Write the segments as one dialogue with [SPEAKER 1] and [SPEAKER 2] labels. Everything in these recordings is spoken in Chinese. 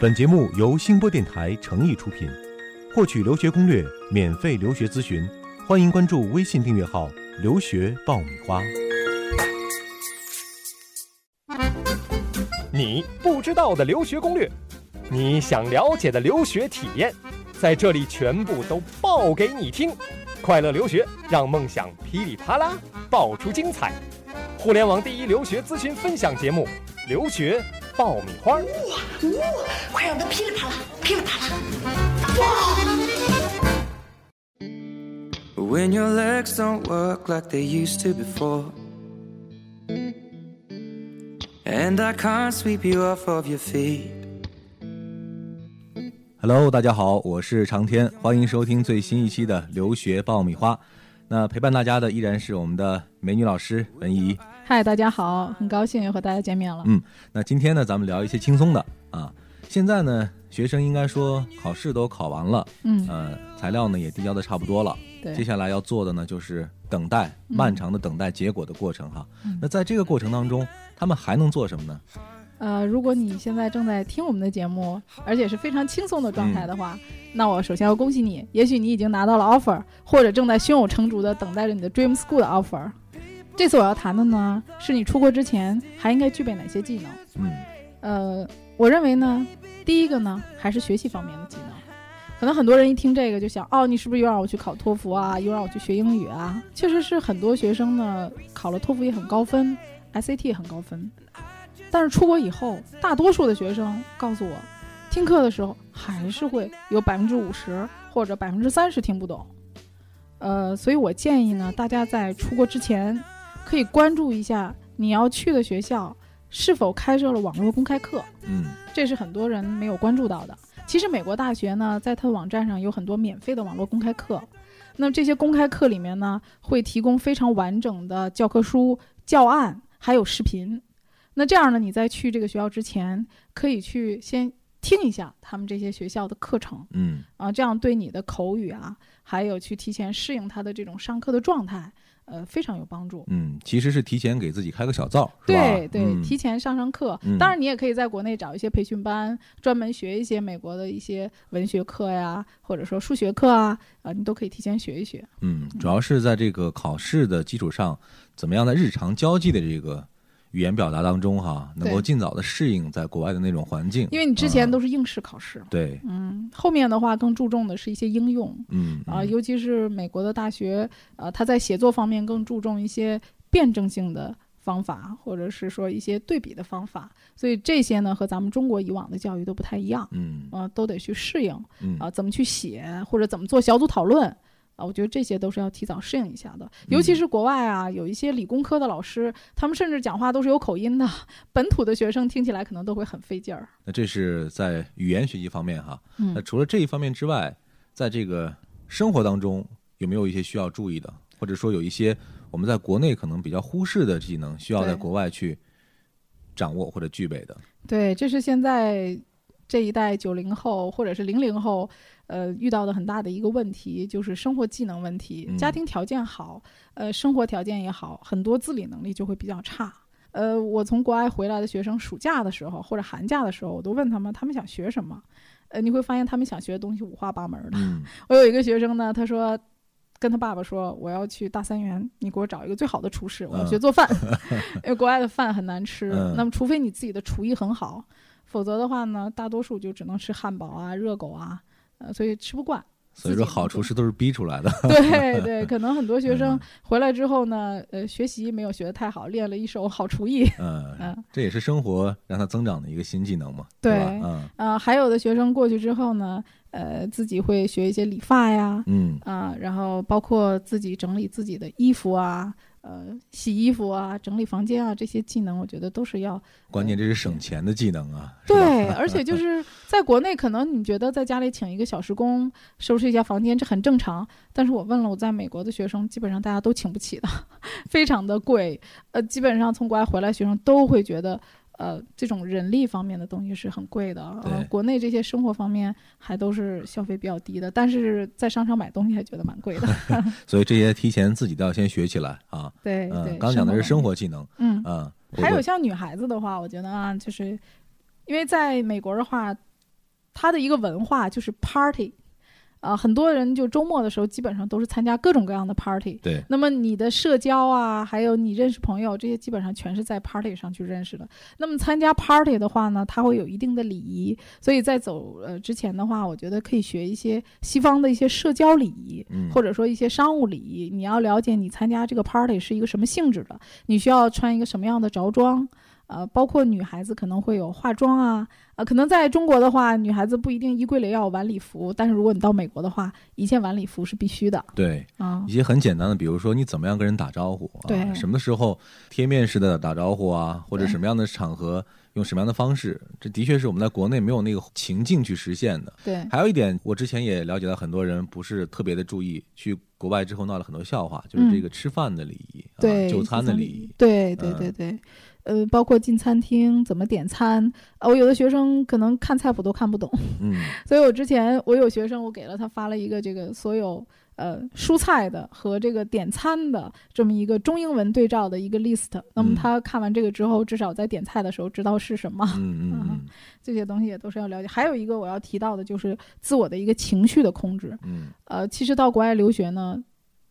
[SPEAKER 1] 本节目由新播电台诚意出品。获取留学攻略、免费留学咨询，欢迎关注微信订阅号“留学爆米花”。
[SPEAKER 2] 你不知道的留学攻略，你想了解的留学体验，在这里全部都报给你听。快乐留学，让梦想噼里啪啦爆出精彩。互联网第一留学咨询分享节目《留学爆米花》。
[SPEAKER 3] 哇，快让它噼里啪啦，噼里啪啦！
[SPEAKER 4] When your legs don't work like they used to before. And I can't sweep you off of your feet.
[SPEAKER 1] Hello，大家好，我是长天，欢迎收听最新一期的留学爆米花。那陪伴大家的依然是我们的美女老师文怡。
[SPEAKER 5] 嗨，大家好，很高兴又和大家见面了。
[SPEAKER 1] 嗯，那今天呢，咱们聊一些轻松的啊。现在呢，学生应该说考试都考完了，
[SPEAKER 5] 嗯，
[SPEAKER 1] 呃，材料呢也递交的差不多了。接
[SPEAKER 5] 对，
[SPEAKER 1] 下来要做的呢，就是等待
[SPEAKER 5] 嗯
[SPEAKER 1] 漫长的等待结果的过程哈。
[SPEAKER 5] 嗯
[SPEAKER 1] 那在这个过程当中，他们还能做什么呢？
[SPEAKER 5] 呃，如果你现在正在听我们的节目，而且是非常轻松的状态的话，那我首先要恭喜你，也许你已经拿到了 offer，或者正在胸有成竹的等待着你的 dream school 的 offer。这次我要谈的呢，是你出国之前还应该具备哪些技能？
[SPEAKER 1] 嗯
[SPEAKER 5] 呃，我认为呢，第一个呢还是学习方面的技能。可能很多人一听这个就想，哦，你是不是又让我去考托福啊，又让我去学英语啊？确实是很多学生呢考了托福也很高分，SAT 也很高分，但是出国以后，大多数的学生告诉我，听课的时候还是会有百分之五十或者百分之三十听不懂。呃，所以我建议呢，大家在出国之前可以关注一下你要去的学校是否开设了网络公开课，
[SPEAKER 1] 嗯
[SPEAKER 5] 这是很多人没有关注到的。其实美国大学呢，在它的网站上有很多免费的网络公开课，那这些公开课里面呢，会提供非常完整的教科书、教案，还有视频。那这样呢，你在去这个学校之前，可以去先听一下他们这些学校的课程，
[SPEAKER 1] 嗯
[SPEAKER 5] 啊，这样对你的口语啊，还有去提前适应他的这种上课的状态，呃，非常有帮助。
[SPEAKER 1] 嗯，其实是提前给自己开个小灶，是吧？
[SPEAKER 5] 对对，
[SPEAKER 1] 嗯
[SPEAKER 5] 提前上上课。
[SPEAKER 1] 嗯
[SPEAKER 5] 当然，你也可以在国内找一些培训班，专门学一些美国的一些文学课呀，或者说数学课啊，啊、你都可以提前学一学。
[SPEAKER 1] 嗯，主要是在这个考试的基础上，怎么样在日常交际的这个语言表达当中哈，能够
[SPEAKER 5] 对
[SPEAKER 1] 尽早的适应在国外的那种环境。
[SPEAKER 5] 因为你之前
[SPEAKER 1] 嗯
[SPEAKER 5] 都是应试考试，
[SPEAKER 1] 对，
[SPEAKER 5] 嗯，后面的话更注重的是一些应用
[SPEAKER 1] 嗯
[SPEAKER 5] 啊、
[SPEAKER 1] 嗯
[SPEAKER 5] 尤其是美国的大学，呃，它在写作方面更注重一些辩证性的。方法，或者是说一些对比的方法，所以这些呢和咱们中国以往的教育都不太一样，
[SPEAKER 1] 嗯
[SPEAKER 5] 呃，都得去适应。
[SPEAKER 1] 嗯
[SPEAKER 5] 啊，怎么去写，或者怎么做小组讨论啊，我觉得这些都是要提早适应一下的。尤其
[SPEAKER 1] 嗯
[SPEAKER 5] 是国外啊，有一些理工科的老师，他们甚至讲话都是有口音的， 本土的学生听起来可能都会很费劲儿。
[SPEAKER 1] 那这是在语言学习方面哈。那
[SPEAKER 5] 嗯，
[SPEAKER 1] 除了这一方面之外，在这个生活当中有没有一些需要注意的，或者说有一些我们在国内可能比较忽视的技能，需要在
[SPEAKER 5] 对啊
[SPEAKER 1] 国外去掌握或者具备的？
[SPEAKER 5] 对，这是现在这一代九零后或者是零零后，呃，遇到的很大的一个问题就是生活技能问题。家
[SPEAKER 1] 嗯
[SPEAKER 5] 庭条件好，呃，生活条件也好，很多自理能力就会比较差。呃，我从国外回来的学生，暑假的时候或者寒假的时候，我都问他们他们想学什么。呃，你会发现他们想学的东西五花八门的。
[SPEAKER 1] 嗯
[SPEAKER 5] 我有一个学生呢，他说跟他爸爸说，我要去大三元，你给我找一个最好的厨师，我要
[SPEAKER 1] 嗯
[SPEAKER 5] 学做 饭，因为国外的饭很难吃。
[SPEAKER 1] 嗯
[SPEAKER 5] 那么除非你自己的厨艺很好，否则的话呢，大多数就只能吃汉堡啊、热狗啊，呃，所以吃不惯。
[SPEAKER 1] 所以
[SPEAKER 5] 自
[SPEAKER 1] 说
[SPEAKER 5] 己能
[SPEAKER 1] 好厨
[SPEAKER 5] 做
[SPEAKER 1] 师都是逼出来的。
[SPEAKER 5] 对对，可能很多学生
[SPEAKER 1] 嗯
[SPEAKER 5] 回来之后呢，呃，学习没有学得太好，练了一手好厨艺。
[SPEAKER 1] 嗯
[SPEAKER 5] 嗯，
[SPEAKER 1] 这也是生活让他增长的一个新技能嘛，
[SPEAKER 5] 对
[SPEAKER 1] 是吧？啊
[SPEAKER 5] 呃，还有的学生过去之后呢，呃，自己会学一些理发呀，
[SPEAKER 1] 嗯
[SPEAKER 5] 啊、然后包括自己整理自己的衣服啊，呃，洗衣服啊，整理房间啊，这些技能，我觉得都是要
[SPEAKER 1] 嗯，关键这是省钱的技能啊，是吧
[SPEAKER 5] 对，而且就是 在国内，可能你觉得在家里请一个小时工收拾一下房间，这很正常。但是我问了我在美国的学生，基本上大家都请不起的， 非常的贵。呃，基本上从国外回来学生都会觉得，呃，这种人力方面的东西是很贵的。
[SPEAKER 1] 对
[SPEAKER 5] 呃，国内这些生活方面还都是消费比较低的，但是在商场买东西还觉得蛮贵的。
[SPEAKER 1] 所以这些提前自己都要先学起来啊。
[SPEAKER 5] 对对
[SPEAKER 1] 嗯，，刚讲的是生
[SPEAKER 5] 活
[SPEAKER 1] 活技能，
[SPEAKER 5] 能力，嗯，
[SPEAKER 1] 嗯，
[SPEAKER 5] 还有
[SPEAKER 1] 我
[SPEAKER 5] 啊像女孩子的话，我觉得啊，就是因为在美国的话，它的一个文化就是 party，啊、很多人就周末的时候基本上都是参加各种各样的 party。
[SPEAKER 1] 对，
[SPEAKER 5] 那么你的社交啊，还有你认识朋友，这些基本上全是在 party 上去认识的。那么参加 party 的话呢，它会有一定的礼仪，所以在走呃之前的话，我觉得可以学一些西方的一些社交礼仪，
[SPEAKER 1] 嗯
[SPEAKER 5] 或者说一些商务礼仪。你要了解你参加这个 party 是一个什么性质的，你需要穿一个什么样的着装。呃，包括女孩子可能会有化妆啊，呃，可能在中国的话，女孩子不一定衣柜里要有晚礼服，但是如果你到美国的话，一件晚礼服是必须的
[SPEAKER 1] 对，
[SPEAKER 5] 啊
[SPEAKER 1] 一。些很简单的，比如说你怎么样跟人打招呼啊，
[SPEAKER 5] 对
[SPEAKER 1] 什么时候贴面式的打招呼啊，或者
[SPEAKER 5] 对
[SPEAKER 1] 什么样的场合用什么样的方式，这的确是我们在国内没有那个情境去实现的。
[SPEAKER 5] 对，
[SPEAKER 1] 还有一点，我之前也了解到，很多人不是特别的注意，去国外之后闹了很多笑话，就是这个吃饭的礼仪，
[SPEAKER 5] 嗯对，
[SPEAKER 1] 啊、就餐的礼仪
[SPEAKER 5] 仪，，对对
[SPEAKER 1] 嗯
[SPEAKER 5] 对对，呃，包括进餐厅怎么点餐，呃，我有的学生可能看菜谱都看不懂，
[SPEAKER 1] 嗯，
[SPEAKER 5] 所以我之前我有学生，我给了他发了一个这个所有呃蔬菜的和这个点餐的这么一个中英文对照的一个 list，那
[SPEAKER 1] 嗯
[SPEAKER 5] 么他看完这个之后，至少在点菜的时候知道是什么，
[SPEAKER 1] 嗯嗯嗯
[SPEAKER 5] 这些东西也都是要了解。还有一个我要提到的就是自我的一个情绪的控制，
[SPEAKER 1] 嗯，
[SPEAKER 5] 呃，其实到国外留学呢，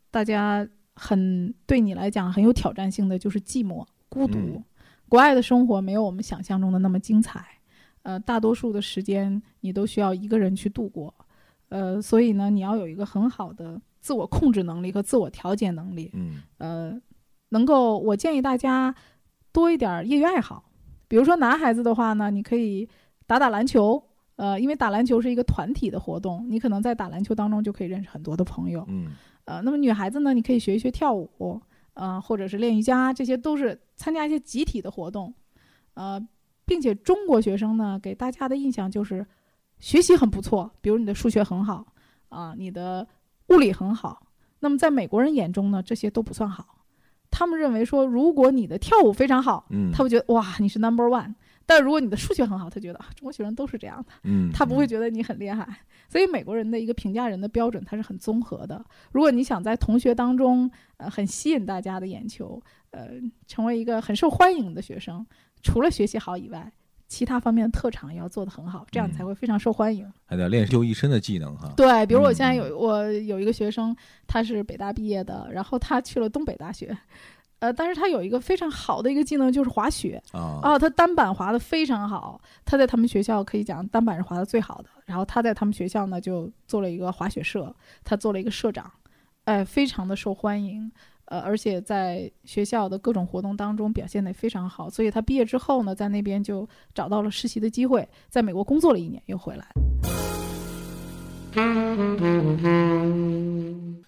[SPEAKER 5] 大家很对你来讲很有挑战性的就是寂寞、孤独。
[SPEAKER 1] 嗯
[SPEAKER 5] 国外的生活没有我们想象中的那么精彩，呃，大多数的时间你都需要一个人去度过，呃，所以呢，你要有一个很好的自我控制能力和自我调节能力。
[SPEAKER 1] 嗯
[SPEAKER 5] 呃，能够我建议大家多一点儿业余爱好，比如说男孩子的话呢，你可以打打篮球，呃，因为打篮球是一个团体的活动，你可能在打篮球当中就可以认识很多的朋友
[SPEAKER 1] 嗯。嗯
[SPEAKER 5] 呃，那么女孩子呢，你可以学一学跳舞，呃，或者是练瑜伽，这些都是参加一些集体的活动，呃，并且中国学生呢，给大家的印象就是学习很不错，比如你的数学很好，啊、你的物理很好。那么在美国人眼中呢，这些都不算好，他们认为说，如果你的跳舞非常好，
[SPEAKER 1] 嗯，
[SPEAKER 5] 他会觉得哇，你是 number one。但如果你的数学很好，他觉得啊中国学生都是这样的。
[SPEAKER 1] 嗯，
[SPEAKER 5] 他不会觉得你很厉害。 所以美国人的一个评价人的标准，它是很综合的。如果你想在同学当中，呃，很吸引大家的眼球，呃，成为一个很受欢迎的学生，除了学习好以外，其他方面的特长也要做得很好，这样
[SPEAKER 1] 嗯
[SPEAKER 5] 才会非常受欢迎。
[SPEAKER 1] 还得练就一身的技能哈，
[SPEAKER 5] 对，比如我
[SPEAKER 1] 嗯
[SPEAKER 5] 现在
[SPEAKER 1] 嗯
[SPEAKER 5] 有我有一个学生，他是北大毕业的，然后他去了东北大学，呃，但是他有一个非常好的一个技能就是滑雪。
[SPEAKER 1] 啊，
[SPEAKER 5] 哦，他单板滑的非常好，他在他们学校可以讲单板是滑的最好的。然后他在他们学校呢就做了一个滑雪社，他做了一个社长，哎，非常的受欢迎。呃，而且在学校的各种活动当中表现得非常好，所以他毕业之后呢，在那边就找到了实习的机会，在美国工作了一年又回来。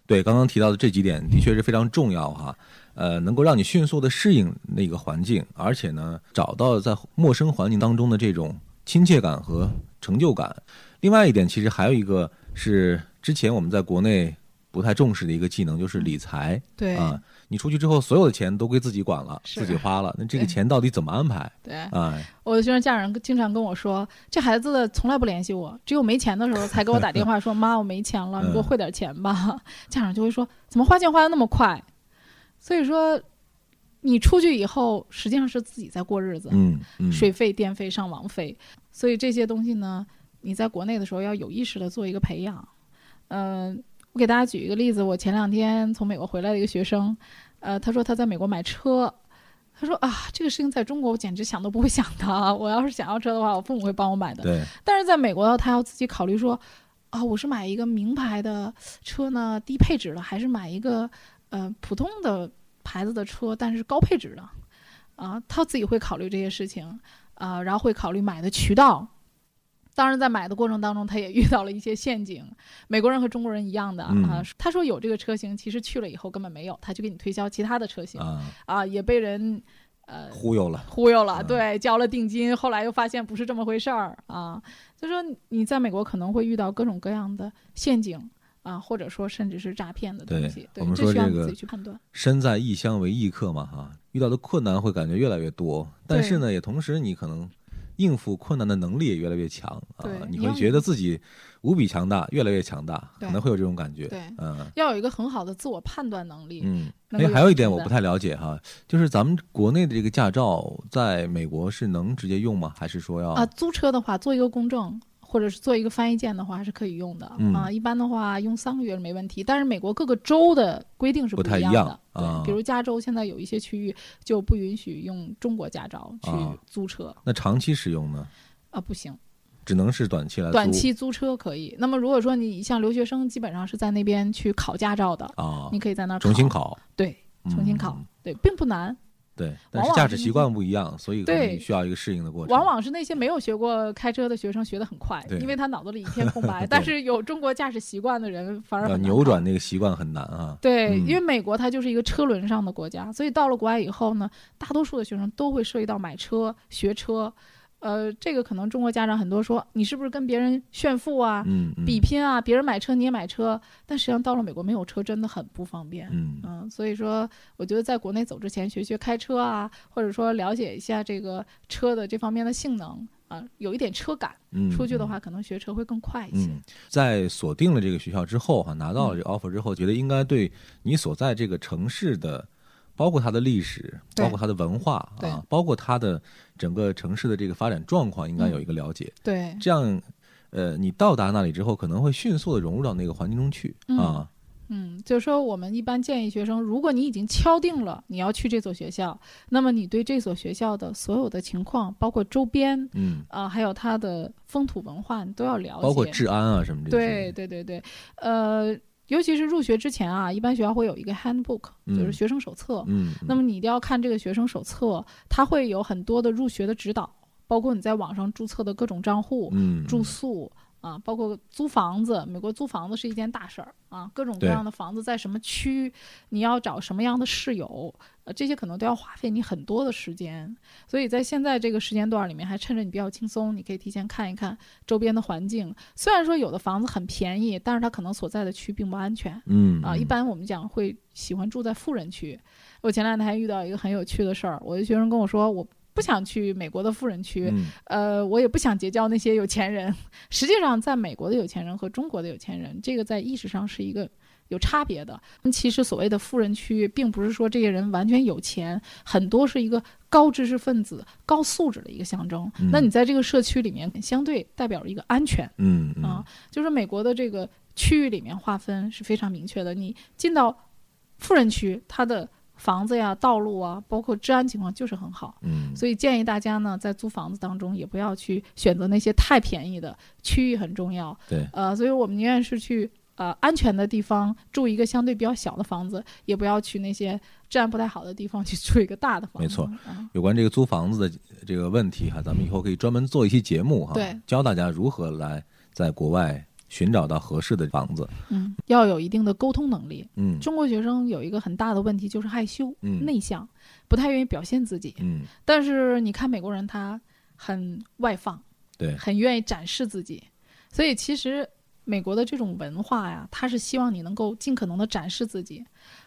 [SPEAKER 1] 对，刚刚提到的这几点的确是非常重要哈，呃，能够让你迅速的适应那个环境，而且呢，找到在陌生环境当中的这种亲切感和成就感。另外一点，其实还有一个是之前我们在国内不太重视的一个技能，就是理财。
[SPEAKER 5] 对
[SPEAKER 1] 啊，你出去之后，所有的钱都归自己管了，
[SPEAKER 5] 是
[SPEAKER 1] 自己花了，那这个
[SPEAKER 5] 对
[SPEAKER 1] 钱到底怎么安排？
[SPEAKER 5] 对，
[SPEAKER 1] 啊，
[SPEAKER 5] 我的学生家长经常跟我说，这孩子从来不联系我，只有没钱的时候才给我打电话说：“ 妈，我没钱了，你给我汇点钱吧。” 家长就会说：“怎么花钱花的那么快？”所以说，你出去以后，实际上是自己在过日子，
[SPEAKER 1] 嗯嗯，
[SPEAKER 5] 水费、电费、上网费，所以这些东西呢，你在国内的时候要有意识的做一个培养。嗯、我给大家举一个例子，我前两天从美国回来的一个学生，呃，他说他在美国买车，他说啊，这个事情在中国我简直想都不会想的，我要是想要车的话，我父母会帮我买的。
[SPEAKER 1] 对，
[SPEAKER 5] 但是在美国，他要自己考虑说，啊、我是买一个名牌的车呢，低配置的，还是买一个呃普通的牌子的车，但是高配置的，啊、他自己会考虑这些事情，啊、然后会考虑买的渠道。当然，在买的过程当中，他也遇到了一些陷阱。美国人和中国人一样的啊、
[SPEAKER 1] 嗯
[SPEAKER 5] 他说有这个车型，其实去了以后根本没有，他就给你推销其他的车型啊、
[SPEAKER 1] 啊，
[SPEAKER 5] 也被人呃
[SPEAKER 1] 忽悠了，
[SPEAKER 5] 忽悠了，
[SPEAKER 1] 嗯
[SPEAKER 5] 对，交了定金，后来又发现不是这么回事儿啊。就说你在美国可能会遇到各种各样的陷阱啊，或者说甚至是诈骗的东西，
[SPEAKER 1] 对
[SPEAKER 5] 对
[SPEAKER 1] 我，们
[SPEAKER 5] 这
[SPEAKER 1] 说
[SPEAKER 5] 需要
[SPEAKER 1] 这
[SPEAKER 5] 你
[SPEAKER 1] 个
[SPEAKER 5] 自己去判断。
[SPEAKER 1] 身在异乡为异客嘛，哈、遇到的困难会感觉越来越多，但是呢，也同时你可能应付困难的能力也越来越强啊
[SPEAKER 5] 对，
[SPEAKER 1] 你
[SPEAKER 5] 你
[SPEAKER 1] 会
[SPEAKER 5] 要
[SPEAKER 1] 觉得自己无比强大，越来越强大，可
[SPEAKER 5] 对
[SPEAKER 1] 能会有这种感觉，
[SPEAKER 5] 对
[SPEAKER 1] 嗯。
[SPEAKER 5] 要有一个很好的自我判断能力。
[SPEAKER 1] 嗯，
[SPEAKER 5] 能
[SPEAKER 1] 哎，
[SPEAKER 5] 够
[SPEAKER 1] 还有一点
[SPEAKER 5] 承
[SPEAKER 1] 我
[SPEAKER 5] 担
[SPEAKER 1] 不太了解哈，就是咱们国内的这个驾照在美国是能直接用吗？还是说要
[SPEAKER 5] 啊啊，租车的话，做一个公证，或者是做一个翻译件的话，还是可以用的、
[SPEAKER 1] 嗯
[SPEAKER 5] 啊。一般的话用三个月是没问题，但是美国各个州的规定是
[SPEAKER 1] 不太
[SPEAKER 5] 一
[SPEAKER 1] 一
[SPEAKER 5] 的。
[SPEAKER 1] 样啊
[SPEAKER 5] 对，比如加州现在有一些区域就不允许用中国驾照去
[SPEAKER 1] 啊
[SPEAKER 5] 租车啊
[SPEAKER 1] 那长期使用呢，
[SPEAKER 5] 不行。
[SPEAKER 1] 只能是短期呃来租
[SPEAKER 5] 短期租车可以。那么如果说你像留学生，基本上是在那边去考驾照的，
[SPEAKER 1] 啊
[SPEAKER 5] 你，可以在那儿
[SPEAKER 1] 重新，考，
[SPEAKER 5] 对，重新考，
[SPEAKER 1] 嗯
[SPEAKER 5] 对，并不难。
[SPEAKER 1] 对，但
[SPEAKER 5] 往
[SPEAKER 1] 是
[SPEAKER 5] 往
[SPEAKER 1] 驾
[SPEAKER 5] 是
[SPEAKER 1] 驶习惯不一样，所以可
[SPEAKER 5] 对
[SPEAKER 1] 能需要一个适应的过程。
[SPEAKER 5] 往往是那些没有学过开车的学生学得很快
[SPEAKER 1] 对，
[SPEAKER 5] 因为他脑子里一片空白。
[SPEAKER 1] 对
[SPEAKER 5] 但是有中国驾驶习惯的人反而
[SPEAKER 1] 要
[SPEAKER 5] 很难
[SPEAKER 1] 扭
[SPEAKER 5] 考
[SPEAKER 1] 转。那个习惯很难啊。
[SPEAKER 5] 对，
[SPEAKER 1] 嗯
[SPEAKER 5] 因为美国它就是一个车轮上的国家，所以到了国外以后呢，大多数的学生都会涉及到买车、学车。呃，这个可能中国家长很多说你是不是跟别人炫富啊、
[SPEAKER 1] 嗯，嗯
[SPEAKER 5] 比拼啊，别人买车你也买车，但实际上到了美国没有车真的很不方便。
[SPEAKER 1] 嗯
[SPEAKER 5] 嗯，所以说，我觉得在国内走之前，学学开车啊，或者说了解一下这个车的这方面的性能啊，有一点车感。
[SPEAKER 1] 嗯，
[SPEAKER 5] 出去的
[SPEAKER 1] 嗯
[SPEAKER 5] 话，可能学车会更快一些。
[SPEAKER 1] 嗯，在锁定了这个学校之后哈、拿到了这
[SPEAKER 5] 嗯
[SPEAKER 1] 个 offer 之后，觉得应该对你所在这个城市的，包括它的历史，
[SPEAKER 5] 对
[SPEAKER 1] 包括它的文化
[SPEAKER 5] 对
[SPEAKER 1] 啊，包括它的整个城市的这个发展状况，应该有
[SPEAKER 5] 嗯
[SPEAKER 1] 一个了解。
[SPEAKER 5] 对，
[SPEAKER 1] 这样，呃，你到达那里之后，可能会迅速的融入到那个环境中去
[SPEAKER 5] 嗯
[SPEAKER 1] 啊。
[SPEAKER 5] 嗯，就是说，我们一般建议学生，如果你已经敲定了你要去这所学校，那么你对这所学校的所有的情况，包括周边
[SPEAKER 1] 嗯，
[SPEAKER 5] 啊、还有它的风土文化，你都要了解。
[SPEAKER 1] 包括治安啊什么这
[SPEAKER 5] 对
[SPEAKER 1] 些。，
[SPEAKER 5] 对对对，呃，尤其是入学之前啊，一般学校会有一个 handbook，就是
[SPEAKER 1] 嗯
[SPEAKER 5] 学生手册。
[SPEAKER 1] 嗯，
[SPEAKER 5] 那
[SPEAKER 1] 么
[SPEAKER 5] 么你一定要看这个学生手册，它会有很多的入学的指导，包括你在网上注册的各种账户、
[SPEAKER 1] 嗯，
[SPEAKER 5] 住宿啊，包括租房子。美国租房子是一件大事儿啊，各种各
[SPEAKER 1] 对
[SPEAKER 5] 样的房子在什么区，你要找什么样的室友，呃，这些可能都要花费你很多的时间。所以在现在这个时间段里面，还趁着你比较轻松，你可以提前看一看周边的环境。虽然说有的房子很便宜，但是它可能所在的区并不安全。
[SPEAKER 1] 嗯
[SPEAKER 5] 啊，一般我们讲会喜欢住在富人区。我前两天还遇到一个很有趣的事儿，我的学生跟我说，我不想去美国的富人区，
[SPEAKER 1] 嗯
[SPEAKER 5] 呃，我也不想结交那些有钱人。实际上，在美国的有钱人和中国的有钱人，这个在意识上是一个有差别的。其实所谓的富人区，并不是说这些人完全有钱，很多是一个高知识分子、高素质的一个象征。那
[SPEAKER 1] 嗯
[SPEAKER 5] 你在这个社区里面，相对代表了一个安全。
[SPEAKER 1] 嗯嗯
[SPEAKER 5] 啊，就是美国的这个区域里面划分是非常明确的。你进到富人区，它的房子呀、道路啊，包括治安情况就是很好。
[SPEAKER 1] 嗯，
[SPEAKER 5] 所以建议大家呢，在租房子当中也不要去选择那些太便宜的区域，很重要。
[SPEAKER 1] 对
[SPEAKER 5] 呃，所以我们宁愿是去呃安全的地方住一个相对比较小的房子，也不要去那些治安不太好的地方去住一个大的房
[SPEAKER 1] 没
[SPEAKER 5] 子。
[SPEAKER 1] 错
[SPEAKER 5] 嗯，
[SPEAKER 1] 有关这个租房子的这个问题哈，咱们以后可以专门做一期节目哈，
[SPEAKER 5] 对
[SPEAKER 1] 教大家如何来在国外寻找到合适的房子。
[SPEAKER 5] 嗯，要有一定的沟通能力。
[SPEAKER 1] 嗯
[SPEAKER 5] 中国学生有一个很大的问题就是害羞、
[SPEAKER 1] 嗯
[SPEAKER 5] 内向，不太愿意表现自己。
[SPEAKER 1] 嗯，
[SPEAKER 5] 但是你看美国人，他很外放，
[SPEAKER 1] 对
[SPEAKER 5] 很愿意展示自己。所以其实美国的这种文化呀，他是希望你能够尽可能的展示自己。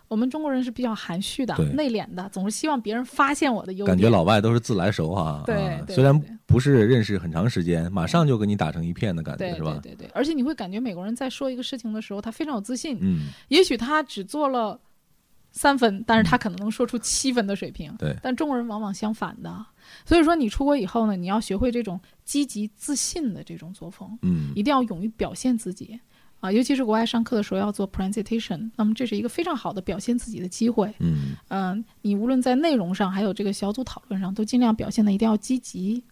[SPEAKER 5] 我们中国人是比较含蓄的
[SPEAKER 1] 对、
[SPEAKER 5] 内敛的，总是希望别人发现我的优点。
[SPEAKER 1] 感觉老外都是自来熟哈，
[SPEAKER 5] 对
[SPEAKER 1] 啊
[SPEAKER 5] 对
[SPEAKER 1] 虽然
[SPEAKER 5] 对
[SPEAKER 1] 不是认识很长时间，马上就跟你打成一片的感
[SPEAKER 5] 对
[SPEAKER 1] 觉是吧？
[SPEAKER 5] 对对对，而且你会感觉美国人在说一个事情的时候，他非常有自信。
[SPEAKER 1] 嗯，
[SPEAKER 5] 也许他只做了三分，但是他可能能说出七分的水平。
[SPEAKER 1] 嗯对
[SPEAKER 5] 但中国人往往相反的，所以说你出国以后呢，你要学会这种积极自信的这种作风，
[SPEAKER 1] 嗯
[SPEAKER 5] 一定要勇于表现自己啊，尤其是国外上课的时候要做 presentation，那么这是一个非常好的表现自己的机会。
[SPEAKER 1] 嗯
[SPEAKER 5] 嗯、你无论在内容上，还有这个小组讨论上，都尽量表现的一定要积极。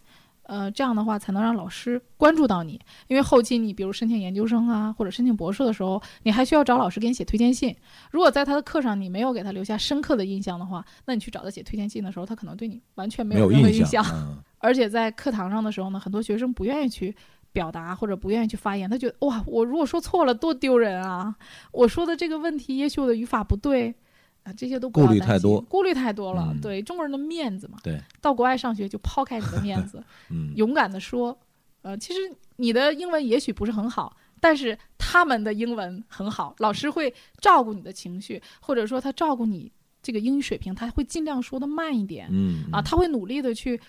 [SPEAKER 5] 呃，这样的话才能让老师关注到你，因为后期你比如申请研究生啊，或者申请博士的时候，你还需要找老师给你写推荐信。如果在他的课上你没有给他留下深刻的印象的话，那你去找他写推荐信的时候，他可能对你完全没
[SPEAKER 1] 没有
[SPEAKER 5] 任何
[SPEAKER 1] 印
[SPEAKER 5] 象。
[SPEAKER 1] 嗯
[SPEAKER 5] 而且在课堂上的时候呢，很多学生不愿意去表达或者不愿意去发言，他觉得哇，我如果说错了多丢人啊！我说的这个问题，也许我的语法不对啊，这些都不要
[SPEAKER 1] 顾虑
[SPEAKER 5] 担
[SPEAKER 1] 太
[SPEAKER 5] 心
[SPEAKER 1] 多
[SPEAKER 5] 顾虑太多了。
[SPEAKER 1] 嗯
[SPEAKER 5] 对中国人的面子嘛，
[SPEAKER 1] 对，
[SPEAKER 5] 到国外上学就抛开你的面子，
[SPEAKER 1] 嗯，
[SPEAKER 5] 勇敢的说，呃，其实你的英文也许不是很好。但是他们的英文很好，老师会照顾你的情绪，或者说他照顾你这个英语水平，他会尽量说的慢一点。
[SPEAKER 1] 嗯
[SPEAKER 5] 啊，他会努力的去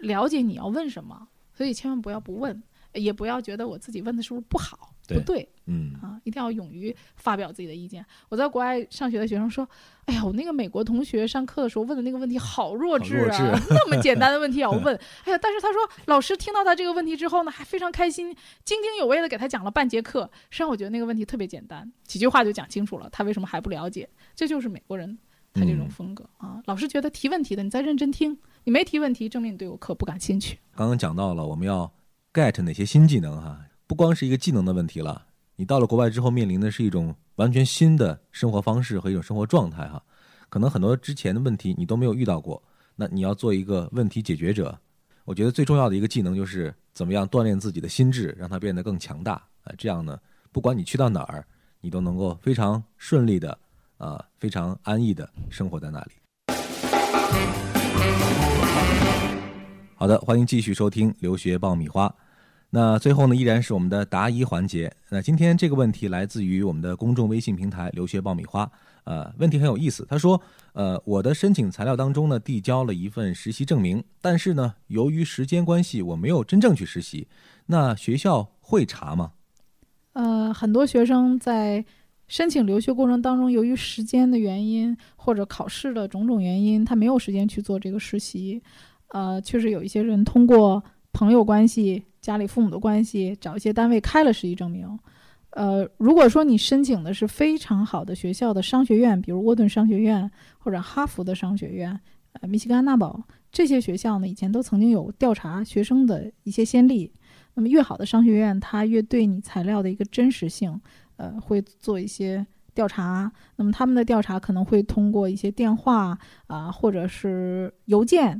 [SPEAKER 5] 了解你要问什么，所以千万不要不问，也不要觉得我自己问的是不是不好，
[SPEAKER 1] 对
[SPEAKER 5] 不对
[SPEAKER 1] 嗯，
[SPEAKER 5] 啊，一定要勇于发表自己的意见。我在国外上学的学生说：“哎呀，我那个美国同学上课的时候问的那个问题好弱智啊，
[SPEAKER 1] 好弱
[SPEAKER 5] 那么简单的问题也要问。哎呀，但是他说老师听到他这个问题之后呢，还非常开心，津津有味的给他讲了半节课。实际上，我觉得那个问题特别简单，几句话就讲清楚了，他为什么还不了解？这就是美国人他这种
[SPEAKER 1] 嗯
[SPEAKER 5] 风格、啊。老师觉得提问题的，你在认真听；你没提问题，证明你对我课不感兴趣。
[SPEAKER 1] 刚刚讲到了我们要 get 哪些新技能哈、不光是一个技能的问题了，你到了国外之后面临的是一种完全新的生活方式和一种生活状态哈、可能很多之前的问题你都没有遇到过，那你要做一个问题解决者，我觉得最重要的一个技能就是怎么样锻炼自己的心智，让它变得更强大啊，这样呢，不管你去到哪儿，你都能够非常顺利的啊，非常安逸的生活在那里。好的，欢迎继续收听《留学爆米花》。那最后呢，依然是我们的答疑环节。那今天这个问题来自于我们的公众微信平台“留学爆米花”。呃，问题很有意思。他说，呃，我的申请材料当中呢，递交了一份实习证明，但是呢，由于时间关系，我没有真正去实习。那学校会查吗？
[SPEAKER 5] 呃，很多学生在申请留学过程当中，由于时间的原因或者考试的种种原因，他没有时间去做这个实习。呃，确实有一些人通过朋友关系、家里父母的关系，找一些单位开了实习证明。呃，如果说你申请的是非常好的学校的商学院，比如沃顿商学院或者哈佛的商学院、呃密西根安大堡这些学校呢，以前都曾经有调查学生的一些先例，那么越好的商学院，它越对你材料的一个真实性，呃，会做一些调查。那么他们的调查可能会通过一些电话啊、或者是邮件，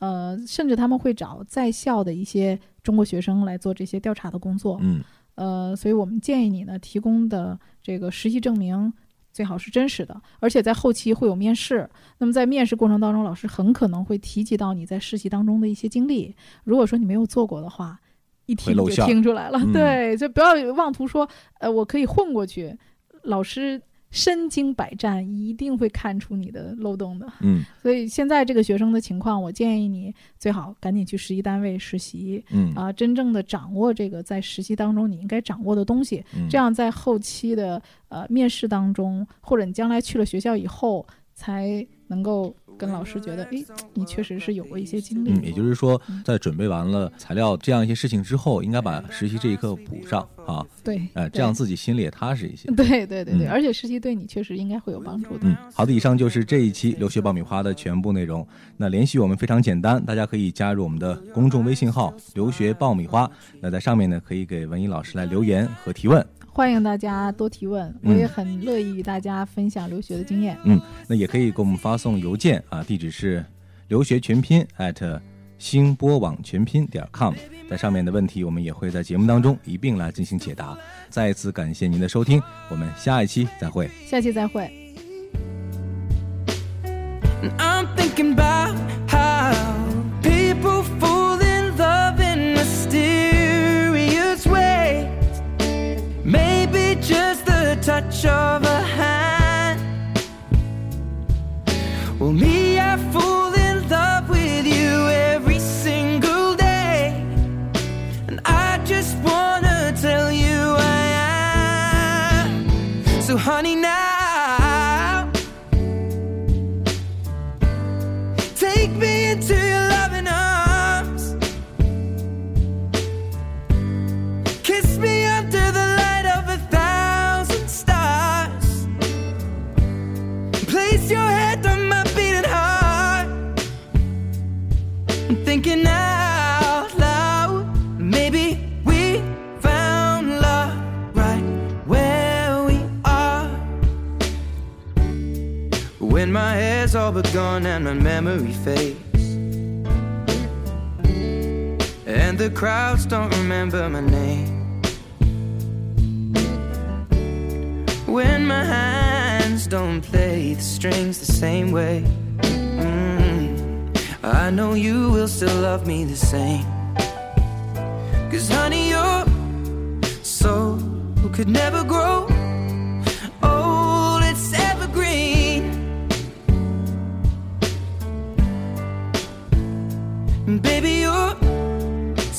[SPEAKER 5] 呃，甚至他们会找在校的一些中国学生来做这些调查的工作。
[SPEAKER 1] 嗯，
[SPEAKER 5] 呃，所以我们建议你呢，提供的这个实习证明最好是真实的，而且在后期会有面试。那么在面试过程当中，老师很可能会提及到你在实习当中的一些经历。如果说你没有做过的话，一
[SPEAKER 1] 会
[SPEAKER 5] 听
[SPEAKER 1] 露
[SPEAKER 5] 就
[SPEAKER 1] 馅儿
[SPEAKER 5] 听出来了。
[SPEAKER 1] 嗯
[SPEAKER 5] 对，就不要妄图说，呃，我可以混过去。老师身经百战，一定会看出你的漏洞的。
[SPEAKER 1] 嗯
[SPEAKER 5] 所以现在这个学生的情况，我建议你最好赶紧去实习单位实习。
[SPEAKER 1] 嗯
[SPEAKER 5] 啊，真正的掌握这个在实习当中你应该掌握的东西，
[SPEAKER 1] 嗯
[SPEAKER 5] 这样在后期的呃面试当中，或者你将来去了学校以后，才能够跟老师觉得，诶，你确实是有过一些经历。
[SPEAKER 1] 嗯，也就是说，在准备完了材料这样一些事情之后，应该把实习这一刻补上啊，
[SPEAKER 5] 对，
[SPEAKER 1] 呃，这样自己心里也踏实一些。
[SPEAKER 5] 对。对对对对，
[SPEAKER 1] 嗯
[SPEAKER 5] 而且实习对你确实应该会有帮助的。
[SPEAKER 1] 嗯，好的，以上就是这一期留学爆米花的全部内容。那联系我们非常简单，大家可以加入我们的公众微信号“留学爆米花”。那在上面呢，可以给文艺老师来留言和提问。
[SPEAKER 5] 欢迎大家多提问，我也很乐意与大家分享留学的经验。
[SPEAKER 1] 嗯，那也可以给我们发送邮件啊，地址是留学全拼 at 星播网全拼点 com，在上面的问题我们也会在节目当中一并来进行解答。再一次感谢您的收听，我们下一期再会。
[SPEAKER 5] 下期再会。
[SPEAKER 4] And I'm thinking about how people fall in love in mysterious ways. Maybe just the touch of a hand. Well, me, I fall in love with you every single day. And I just wanna tell you I am. So, honey, now. Take me into your loving arms. Kiss me under the light of a thousand stars. Place your head on my beating heart. I'm thinking out loud. Maybe we found love right where we are. When my hair's all but gone and my memory fades And the crowds don't remember my name When my hands don't play the strings the same way mm, I know you will still love me the same Cause honey, your soul could never grow old, it's evergreen Baby, your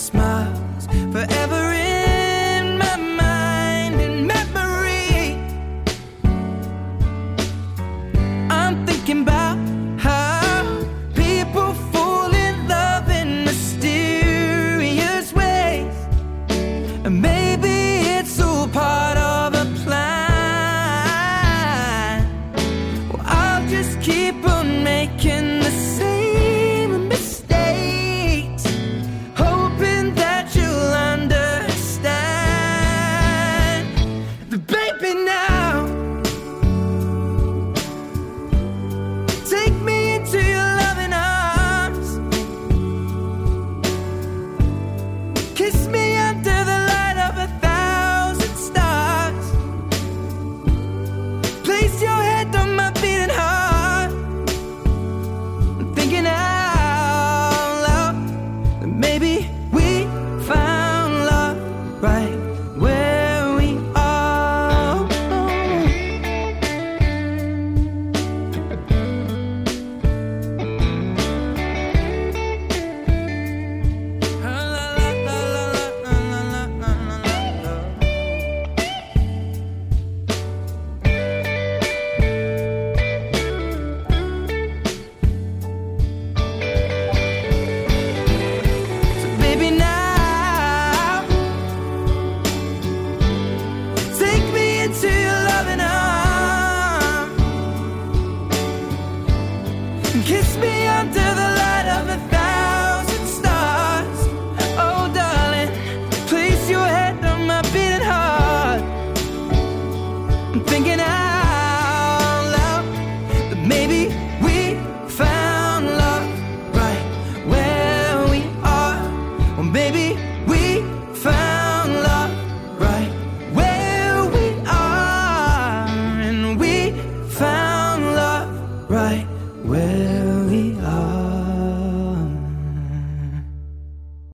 [SPEAKER 4] smile's forever in my mind. Maybe Oh,